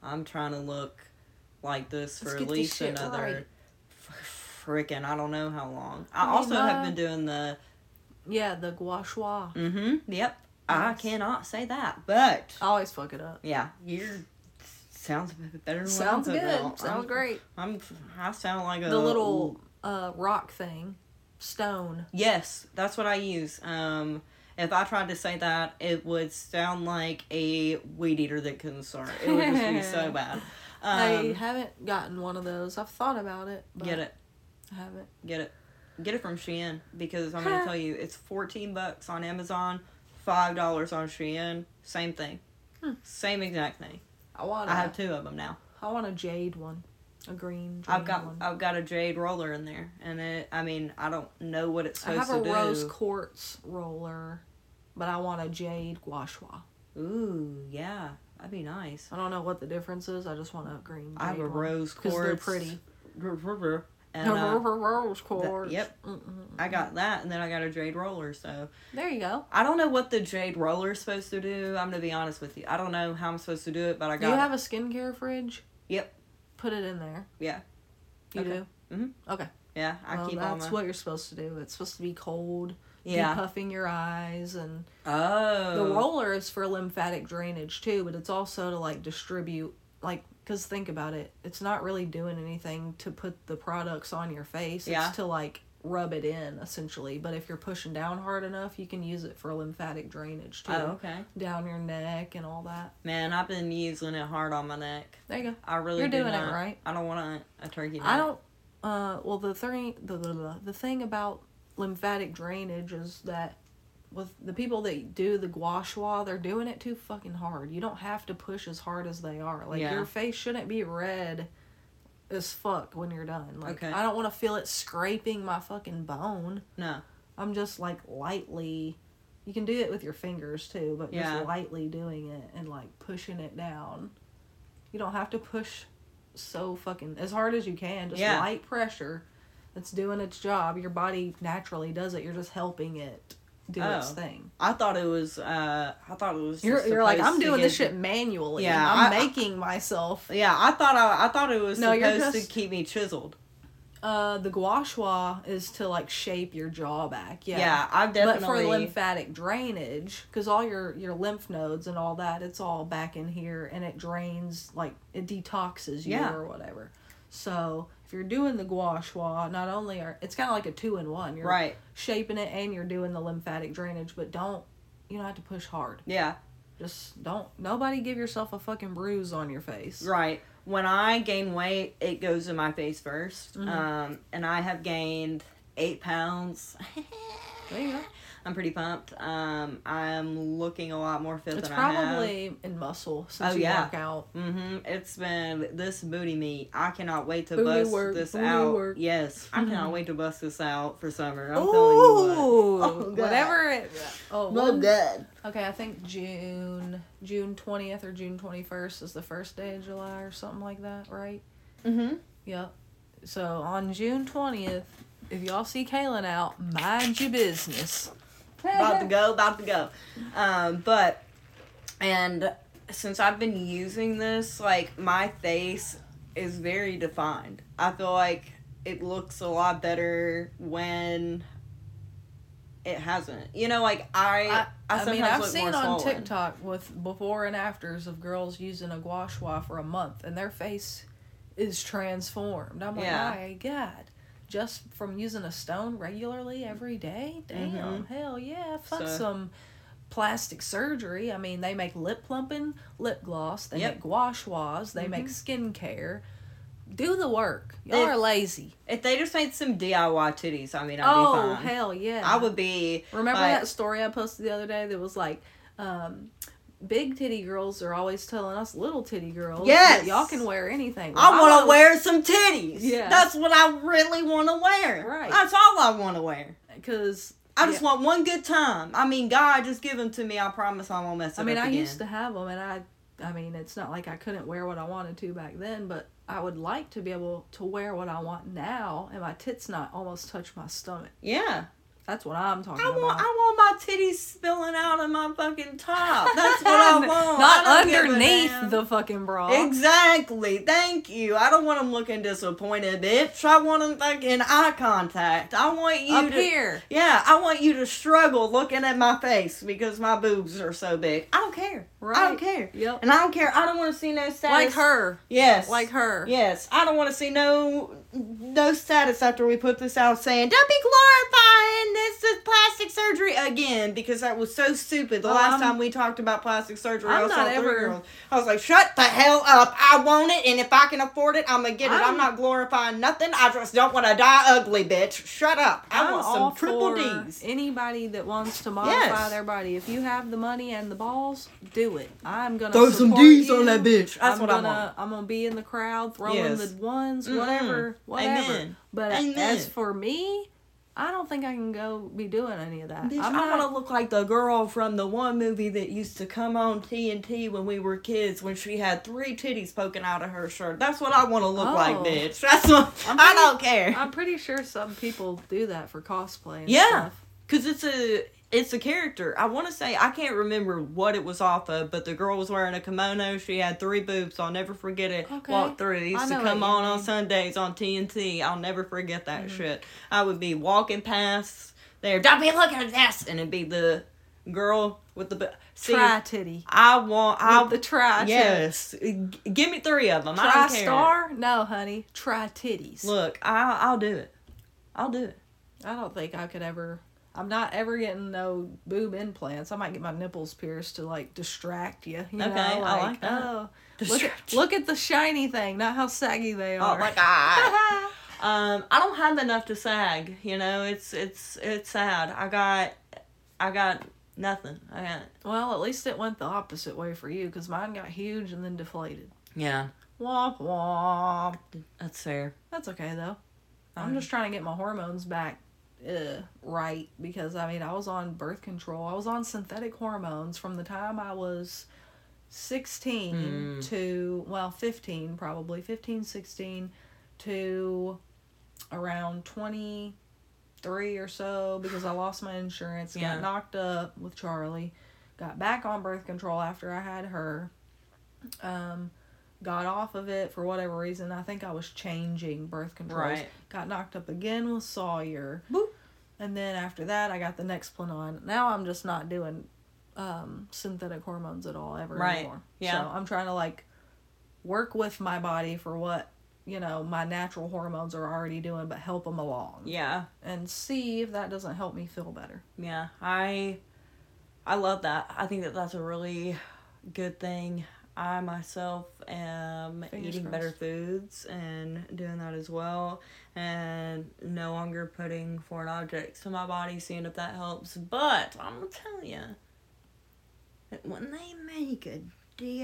Speaker 2: I'm trying to look like this for
Speaker 1: Let's
Speaker 2: at
Speaker 1: get this
Speaker 2: least
Speaker 1: shit right.
Speaker 2: another f- freaking I don't know how long. I
Speaker 1: mean,
Speaker 2: also have
Speaker 1: my-
Speaker 2: been doing the
Speaker 1: Yeah, the gua sha.
Speaker 2: mhm, yep. I
Speaker 1: Mm-hmm. Yes.
Speaker 2: cannot say that, but
Speaker 1: I always fuck it up.
Speaker 2: yeah, you sounds better. Than
Speaker 1: Sounds
Speaker 2: what
Speaker 1: good.
Speaker 2: I'm doing.
Speaker 1: Sounds
Speaker 2: I'm,
Speaker 1: great.
Speaker 2: I'm. I sound like a
Speaker 1: The little uh, rock thing, stone.
Speaker 2: Yes, that's what I use. Um, if I tried to say that, it would sound like a weed eater that couldn't start. It would just be so bad.
Speaker 1: I
Speaker 2: Um,
Speaker 1: haven't gotten one of those. I've thought about it, but
Speaker 2: get it,
Speaker 1: I haven't.
Speaker 2: get it, get it from Shein because I'm gonna tell you, it's fourteen bucks on Amazon, five dollars on Shein. Same thing, same exact thing.
Speaker 1: Hmm. I want.
Speaker 2: I have two of them now.
Speaker 1: I want a jade one, a green. Jade
Speaker 2: I've got
Speaker 1: one.
Speaker 2: I've got a jade roller in there, and it. I mean, I don't know what it's
Speaker 1: I
Speaker 2: supposed
Speaker 1: have a
Speaker 2: to do.
Speaker 1: rose quartz roller, but I want a jade gua sha.
Speaker 2: Ooh, yeah, that'd be nice.
Speaker 1: I don't know what the difference is. I just want a green. Jade
Speaker 2: I have a rose
Speaker 1: because
Speaker 2: quartz.
Speaker 1: they're pretty.
Speaker 2: And uh,
Speaker 1: rose quartz.
Speaker 2: yep.
Speaker 1: Mm-mm.
Speaker 2: I got that, and then I got a jade roller. So
Speaker 1: There you go.
Speaker 2: I don't know what the jade roller's supposed to do. I'm gonna be honest with you. I don't know how I'm supposed to do it, but I
Speaker 1: Do
Speaker 2: got.
Speaker 1: you
Speaker 2: it.
Speaker 1: have a skincare fridge?
Speaker 2: Yep.
Speaker 1: Put it in there.
Speaker 2: Yeah.
Speaker 1: You
Speaker 2: Okay.
Speaker 1: do.
Speaker 2: Mhm.
Speaker 1: Okay.
Speaker 2: yeah, I
Speaker 1: well,
Speaker 2: keep all
Speaker 1: that's
Speaker 2: my.
Speaker 1: what you're supposed to do. It's supposed to be cold.
Speaker 2: yeah.
Speaker 1: Puffing your eyes and
Speaker 2: Oh.
Speaker 1: The roller is for lymphatic drainage too, but it's also to like distribute, like, because think about it, it's not really doing anything to put the products on your face.
Speaker 2: Yeah.
Speaker 1: It's to like rub it in essentially. But if you're pushing down hard enough, you can use it for lymphatic drainage too.
Speaker 2: Oh, okay.
Speaker 1: Down your neck and all that.
Speaker 2: Man, I've been using it hard on my neck.
Speaker 1: There you go.
Speaker 2: I really
Speaker 1: You're
Speaker 2: do
Speaker 1: doing it
Speaker 2: not-
Speaker 1: right.
Speaker 2: I don't want a, a turkey.
Speaker 1: I
Speaker 2: neck.
Speaker 1: don't. Uh, well, the thing the, the- the the thing about lymphatic drainage is that with the people that do the gua sha, they're doing it too fucking hard. You don't have to push as hard as they are. Like
Speaker 2: Yeah.
Speaker 1: your face shouldn't be red as fuck when you're done. Like
Speaker 2: Okay.
Speaker 1: I don't want to feel it scraping my fucking bone.
Speaker 2: No.
Speaker 1: I'm just like lightly. You can do it with your fingers too, but
Speaker 2: Yeah.
Speaker 1: just lightly doing it and like pushing it down. You don't have to push so fucking as hard as you can. Just
Speaker 2: Yeah.
Speaker 1: light pressure. It's doing its job. Your body naturally does it. You're just helping it do its
Speaker 2: Oh.
Speaker 1: thing.
Speaker 2: I thought it was. Uh, I thought it was.
Speaker 1: You're,
Speaker 2: just
Speaker 1: you're like
Speaker 2: supposed
Speaker 1: I'm
Speaker 2: to
Speaker 1: doing
Speaker 2: get-
Speaker 1: this shit manually.
Speaker 2: Yeah,
Speaker 1: I'm
Speaker 2: I- I-
Speaker 1: making myself.
Speaker 2: Yeah, I thought I, I thought it was
Speaker 1: No, you're
Speaker 2: supposed
Speaker 1: just-
Speaker 2: to keep me chiseled.
Speaker 1: Uh, the gua sha is to like shape your jaw back.
Speaker 2: Yeah, I've definitely.
Speaker 1: But for lymphatic drainage, because all your your lymph nodes and all that, it's all back in here, and it drains like it detoxes you
Speaker 2: Yeah.
Speaker 1: or whatever. So if you're doing the gua sha, not only are it's kind of like a two in one. You're
Speaker 2: right.
Speaker 1: shaping it and you're doing the lymphatic drainage, but don't you don't have to push hard.
Speaker 2: Yeah.
Speaker 1: Just don't. Nobody give yourself a fucking bruise on your face.
Speaker 2: Right.
Speaker 1: Mm-hmm.
Speaker 2: When I gain weight, it goes in my face 1st Um, and I have gained eight pounds.
Speaker 1: There you go.
Speaker 2: I'm pretty pumped. Um, I'm looking a lot more fit
Speaker 1: It's
Speaker 2: than
Speaker 1: probably in muscle since
Speaker 2: Oh,
Speaker 1: you
Speaker 2: yeah.
Speaker 1: work out.
Speaker 2: I have. Mm-hmm. It's been this booty meat. I cannot wait to
Speaker 1: Booty
Speaker 2: bust
Speaker 1: work,
Speaker 2: this
Speaker 1: booty
Speaker 2: out.
Speaker 1: work. Mm-hmm.
Speaker 2: Yes, I cannot wait to bust this out for summer. I'm telling you
Speaker 1: Ooh,
Speaker 2: what. Oh, God.
Speaker 1: whatever it. Oh,
Speaker 2: My
Speaker 1: when-
Speaker 2: God.
Speaker 1: okay. I think June, June twentieth or June twenty first is the first day of July or something like that, right?
Speaker 2: Mm-hmm.
Speaker 1: Yep. So on June twentieth, if y'all see Kaylin out, mind your business.
Speaker 2: about to go, about to go. Um, but and since I've been using this, like my face is very defined. I feel like it looks a lot better when it hasn't. You know, like I, I,
Speaker 1: I, I
Speaker 2: sometimes
Speaker 1: mean, I've
Speaker 2: look
Speaker 1: seen
Speaker 2: more
Speaker 1: on
Speaker 2: swollen.
Speaker 1: TikTok with before and afters of girls using a gua sha for a month, and their face is transformed. I'm like,
Speaker 2: Yeah.
Speaker 1: my God, just from using a stone regularly every day? Damn,
Speaker 2: Mhm.
Speaker 1: hell yeah, fuck
Speaker 2: So-
Speaker 1: some plastic surgery. I mean, they make lip plumping, lip gloss, they
Speaker 2: Yep. Mm-hmm.
Speaker 1: make gua shas, they make skincare. Do the work. Y'all
Speaker 2: If-
Speaker 1: are lazy.
Speaker 2: If they just made some DIY titties, I mean, I'd
Speaker 1: Oh
Speaker 2: be fine.
Speaker 1: hell yeah!
Speaker 2: I would be.
Speaker 1: Remember
Speaker 2: Like-
Speaker 1: that story I posted the other day that was like, um, big titty girls are always telling us little titty girls
Speaker 2: Yes!
Speaker 1: that y'all can wear anything.
Speaker 2: I want to
Speaker 1: wanna-
Speaker 2: wear some titties.
Speaker 1: Yeah.
Speaker 2: That's what I really want to wear.
Speaker 1: Right.
Speaker 2: That's all I want to wear.
Speaker 1: cause
Speaker 2: I just
Speaker 1: Yeah.
Speaker 2: want one good time. I mean, God, just give them to me. I promise I won't mess it
Speaker 1: I mean
Speaker 2: up
Speaker 1: I
Speaker 2: again.
Speaker 1: used to have them and I, I mean it's not like I couldn't wear what I wanted to back then, but I would like to be able to wear what I want now and my tits not almost touch my stomach.
Speaker 2: Yeah,
Speaker 1: That's what I'm talking
Speaker 2: I
Speaker 1: about.
Speaker 2: want. I want my titties spilling out of my fucking top. That's what I want.
Speaker 1: Not
Speaker 2: I don't give a
Speaker 1: underneath
Speaker 2: damn.
Speaker 1: the fucking bra.
Speaker 2: Exactly. Thank you. I don't want them looking disappointed, bitch. I want them fucking eye contact. I want you
Speaker 1: Up
Speaker 2: to.
Speaker 1: here.
Speaker 2: Yeah, I want you to struggle looking at my face because my boobs are so big. I don't care. I
Speaker 1: Right.
Speaker 2: don't care.
Speaker 1: Yep.
Speaker 2: And I don't care. I don't want to see no status.
Speaker 1: Like her.
Speaker 2: Yes.
Speaker 1: Like her.
Speaker 2: Yes, I don't want to see no no status after we put this out saying don't be glorifying this is plastic surgery again because that was so stupid. The
Speaker 1: Well,
Speaker 2: last
Speaker 1: I'm-
Speaker 2: time we talked about plastic surgery, I
Speaker 1: Um, I'm
Speaker 2: saw
Speaker 1: not
Speaker 2: three
Speaker 1: ever-
Speaker 2: girls. I was like, shut the hell up! I want it, and if I can afford it, I'm gonna get it. I'm,
Speaker 1: I'm-
Speaker 2: not glorifying nothing. I just don't want to die ugly, bitch. Shut up! I
Speaker 1: I'm
Speaker 2: want
Speaker 1: all
Speaker 2: some triple
Speaker 1: for
Speaker 2: D's.
Speaker 1: Anybody that wants to modify
Speaker 2: Yes.
Speaker 1: their body, if you have the money and the balls, do it. I'm gonna
Speaker 2: Throw some
Speaker 1: support
Speaker 2: D's
Speaker 1: you.
Speaker 2: on that bitch. That's
Speaker 1: I'm
Speaker 2: what I
Speaker 1: gonna,
Speaker 2: want.
Speaker 1: I'm gonna be in the crowd throwing
Speaker 2: Yes.
Speaker 1: the ones, whatever,
Speaker 2: Mhm.
Speaker 1: whatever.
Speaker 2: Amen.
Speaker 1: But
Speaker 2: Amen.
Speaker 1: as for me, I don't think I can go be doing any of that.
Speaker 2: Bitch,
Speaker 1: I'm
Speaker 2: I
Speaker 1: not.
Speaker 2: want to look like the girl from the one movie that used to come on TNT when we were kids when she had three titties poking out of her shirt. That's what I want to look like,
Speaker 1: Oh.
Speaker 2: bitch. That's what
Speaker 1: I'm
Speaker 2: I
Speaker 1: pretty-
Speaker 2: don't care.
Speaker 1: I'm pretty sure some people do that for cosplay. And
Speaker 2: Yeah.
Speaker 1: stuff.
Speaker 2: Cuz it's a it's a character. I want to say I can't remember what it was off of, but the girl was wearing a kimono. She had three boobs. I'll never forget it.
Speaker 1: Okay.
Speaker 2: Walk through. It
Speaker 1: I
Speaker 2: used to
Speaker 1: know what
Speaker 2: come
Speaker 1: you
Speaker 2: on
Speaker 1: mean. Mm-hmm.
Speaker 2: on Sundays on TNT. I'll never forget that shit. I would be walking past there. Don't be looking at this, and it'd be the girl with the bo- see.
Speaker 1: Try titty.
Speaker 2: I want. I
Speaker 1: With the try.
Speaker 2: Yes, G- give me three of them. I
Speaker 1: Try
Speaker 2: don't care.
Speaker 1: star? No, honey. Try titties.
Speaker 2: Look, I'll I'll do it. I'll do it.
Speaker 1: I don't think I could ever. I'm not ever getting no boob implants. I might get my nipples pierced to like distract you. you
Speaker 2: Okay,
Speaker 1: know,
Speaker 2: I
Speaker 1: like,
Speaker 2: like that.
Speaker 1: Oh, look
Speaker 2: Distract
Speaker 1: at
Speaker 2: you.
Speaker 1: look at the shiny thing, not how saggy they are.
Speaker 2: Oh my god. um, I don't have enough to sag. You know, it's it's it's sad. I got, I got nothing. I got
Speaker 1: well, at least it went the opposite way for you, because mine got huge and then deflated.
Speaker 2: yeah.
Speaker 1: Womp womp.
Speaker 2: That's fair.
Speaker 1: That's okay though. I'm
Speaker 2: Alright.
Speaker 1: just trying to get my hormones back uh, right because I mean I was on birth control. I was on synthetic hormones from the time I was 16
Speaker 2: Mm.
Speaker 1: to well 15 probably 15 16 to around 23 or so because I lost my insurance,
Speaker 2: Yeah.
Speaker 1: got knocked up with Charlie, got back on birth control after I had her. Um got off of it for whatever reason. I think I was changing birth controls.
Speaker 2: Right.
Speaker 1: Got knocked up again with Sawyer.
Speaker 2: Boop.
Speaker 1: And then after that, I got the Nexplanon. Now I'm just not doing um, synthetic hormones at all ever
Speaker 2: Right.
Speaker 1: anymore.
Speaker 2: Yeah.
Speaker 1: So I'm trying to like work with my body for what you know my natural hormones are already doing, but help them along
Speaker 2: Yeah.
Speaker 1: and see if that doesn't help me feel better.
Speaker 2: Yeah, I I love that. I think that that's a really good thing. I myself am
Speaker 1: Fingers
Speaker 2: eating
Speaker 1: crossed.
Speaker 2: better foods and doing that as well, and no longer putting foreign objects to my body, seeing if that helps. But I'm gonna tell you that when they make a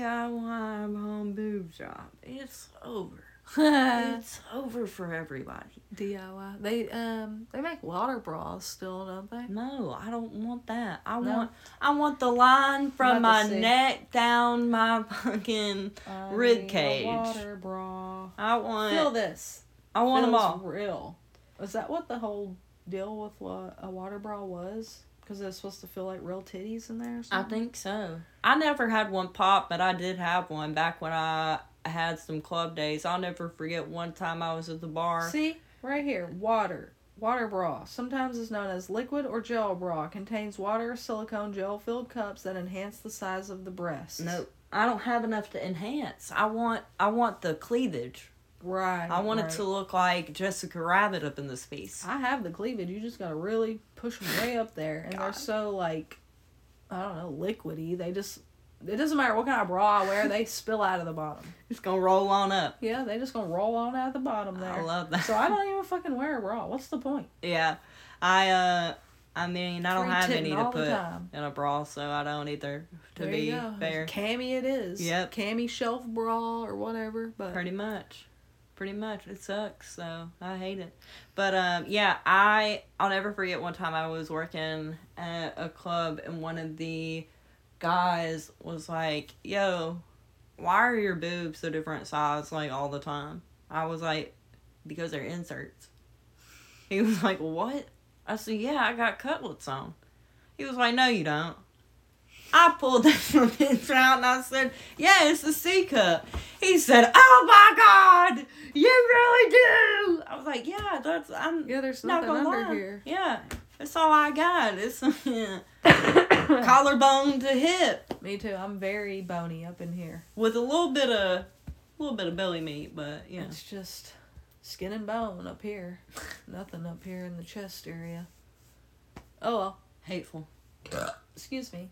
Speaker 2: DIY home boob job, it's over.
Speaker 1: Uh,
Speaker 2: it's over for everybody.
Speaker 1: DIY. They um they make water bras still, don't they?
Speaker 2: No, I don't want that. I
Speaker 1: No?
Speaker 2: want I want the line from
Speaker 1: about
Speaker 2: my
Speaker 1: to see.
Speaker 2: neck down my fucking.
Speaker 1: I
Speaker 2: Rib
Speaker 1: need a
Speaker 2: cage.
Speaker 1: Water bra.
Speaker 2: I want.
Speaker 1: Feel this.
Speaker 2: I want them
Speaker 1: Feels
Speaker 2: all.
Speaker 1: Real. Is that what the whole deal with what a water bra was? Because it's supposed to feel like real titties in there. Or
Speaker 2: I
Speaker 1: something?
Speaker 2: think so. I never had one pop, but I did have one back when I had some club days. I'll never forget one time I was at the bar.
Speaker 1: See right here, water. Water bra, sometimes is known as liquid or gel bra, contains water or silicone gel filled cups that enhance the size of the breasts.
Speaker 2: no, I don't have enough to enhance. I want I want the cleavage.
Speaker 1: Right.
Speaker 2: I want
Speaker 1: right.
Speaker 2: it to look like Jessica Rabbit up in this piece.
Speaker 1: I have the cleavage. You just gotta really push them way up there, and they're
Speaker 2: God.
Speaker 1: so like, I don't know, liquidy. They just it doesn't matter what kind of bra I wear, they spill out of the bottom.
Speaker 2: It's gonna roll on up.
Speaker 1: Yeah, they just gonna roll on out of the bottom there.
Speaker 2: I love that.
Speaker 1: so I don't even fucking wear a bra. What's the point?
Speaker 2: Yeah, I uh, I mean I don't
Speaker 1: Free
Speaker 2: have
Speaker 1: titting
Speaker 2: any to
Speaker 1: all the
Speaker 2: put
Speaker 1: time.
Speaker 2: in a bra, so I don't either. To
Speaker 1: There
Speaker 2: be
Speaker 1: you go.
Speaker 2: fair,
Speaker 1: cami it is.
Speaker 2: Yep.
Speaker 1: cami shelf bra or whatever. But
Speaker 2: pretty much pretty much it sucks so i hate it but um yeah i i'll never forget one time i was working at a club and one of the guys was like yo why are your boobs a different size like all the time i was like because they're inserts he was like what i said yeah i got cutlets on he was like no you don't I pulled that from his out and I said, Yeah, it's a C cup. He said, Oh my god, you really do. I was like, Yeah, that's I'm
Speaker 1: yeah, there's
Speaker 2: not
Speaker 1: nothing
Speaker 2: gonna
Speaker 1: under
Speaker 2: lie.
Speaker 1: here.
Speaker 2: Yeah. That's all I got. It's collarbone to hip
Speaker 1: Me too. I'm very bony up in here.
Speaker 2: with a little bit of little bit of belly meat, but yeah.
Speaker 1: It's just skin and bone up here. Nothing up here in the chest area. Oh well.
Speaker 2: Hateful.
Speaker 1: Excuse me.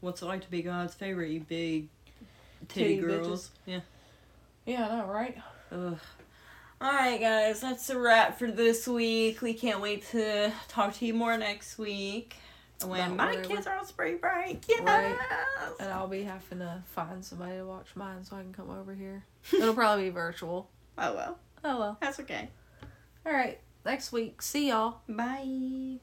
Speaker 2: What's it like to be God's favorite, you big titty,
Speaker 1: Titty
Speaker 2: girls? Yeah.
Speaker 1: Yeah, I know, right?
Speaker 2: Ugh. All right, guys, that's a wrap for this week. We can't wait to talk to you more next week when
Speaker 1: About
Speaker 2: my
Speaker 1: where
Speaker 2: kids are on spring break. Yes.
Speaker 1: And I'll be having to find somebody to watch mine so I can come over here. It'll probably be virtual.
Speaker 2: Oh well,
Speaker 1: Oh well.
Speaker 2: that's okay.
Speaker 1: All right. Next week. See y'all.
Speaker 2: Bye.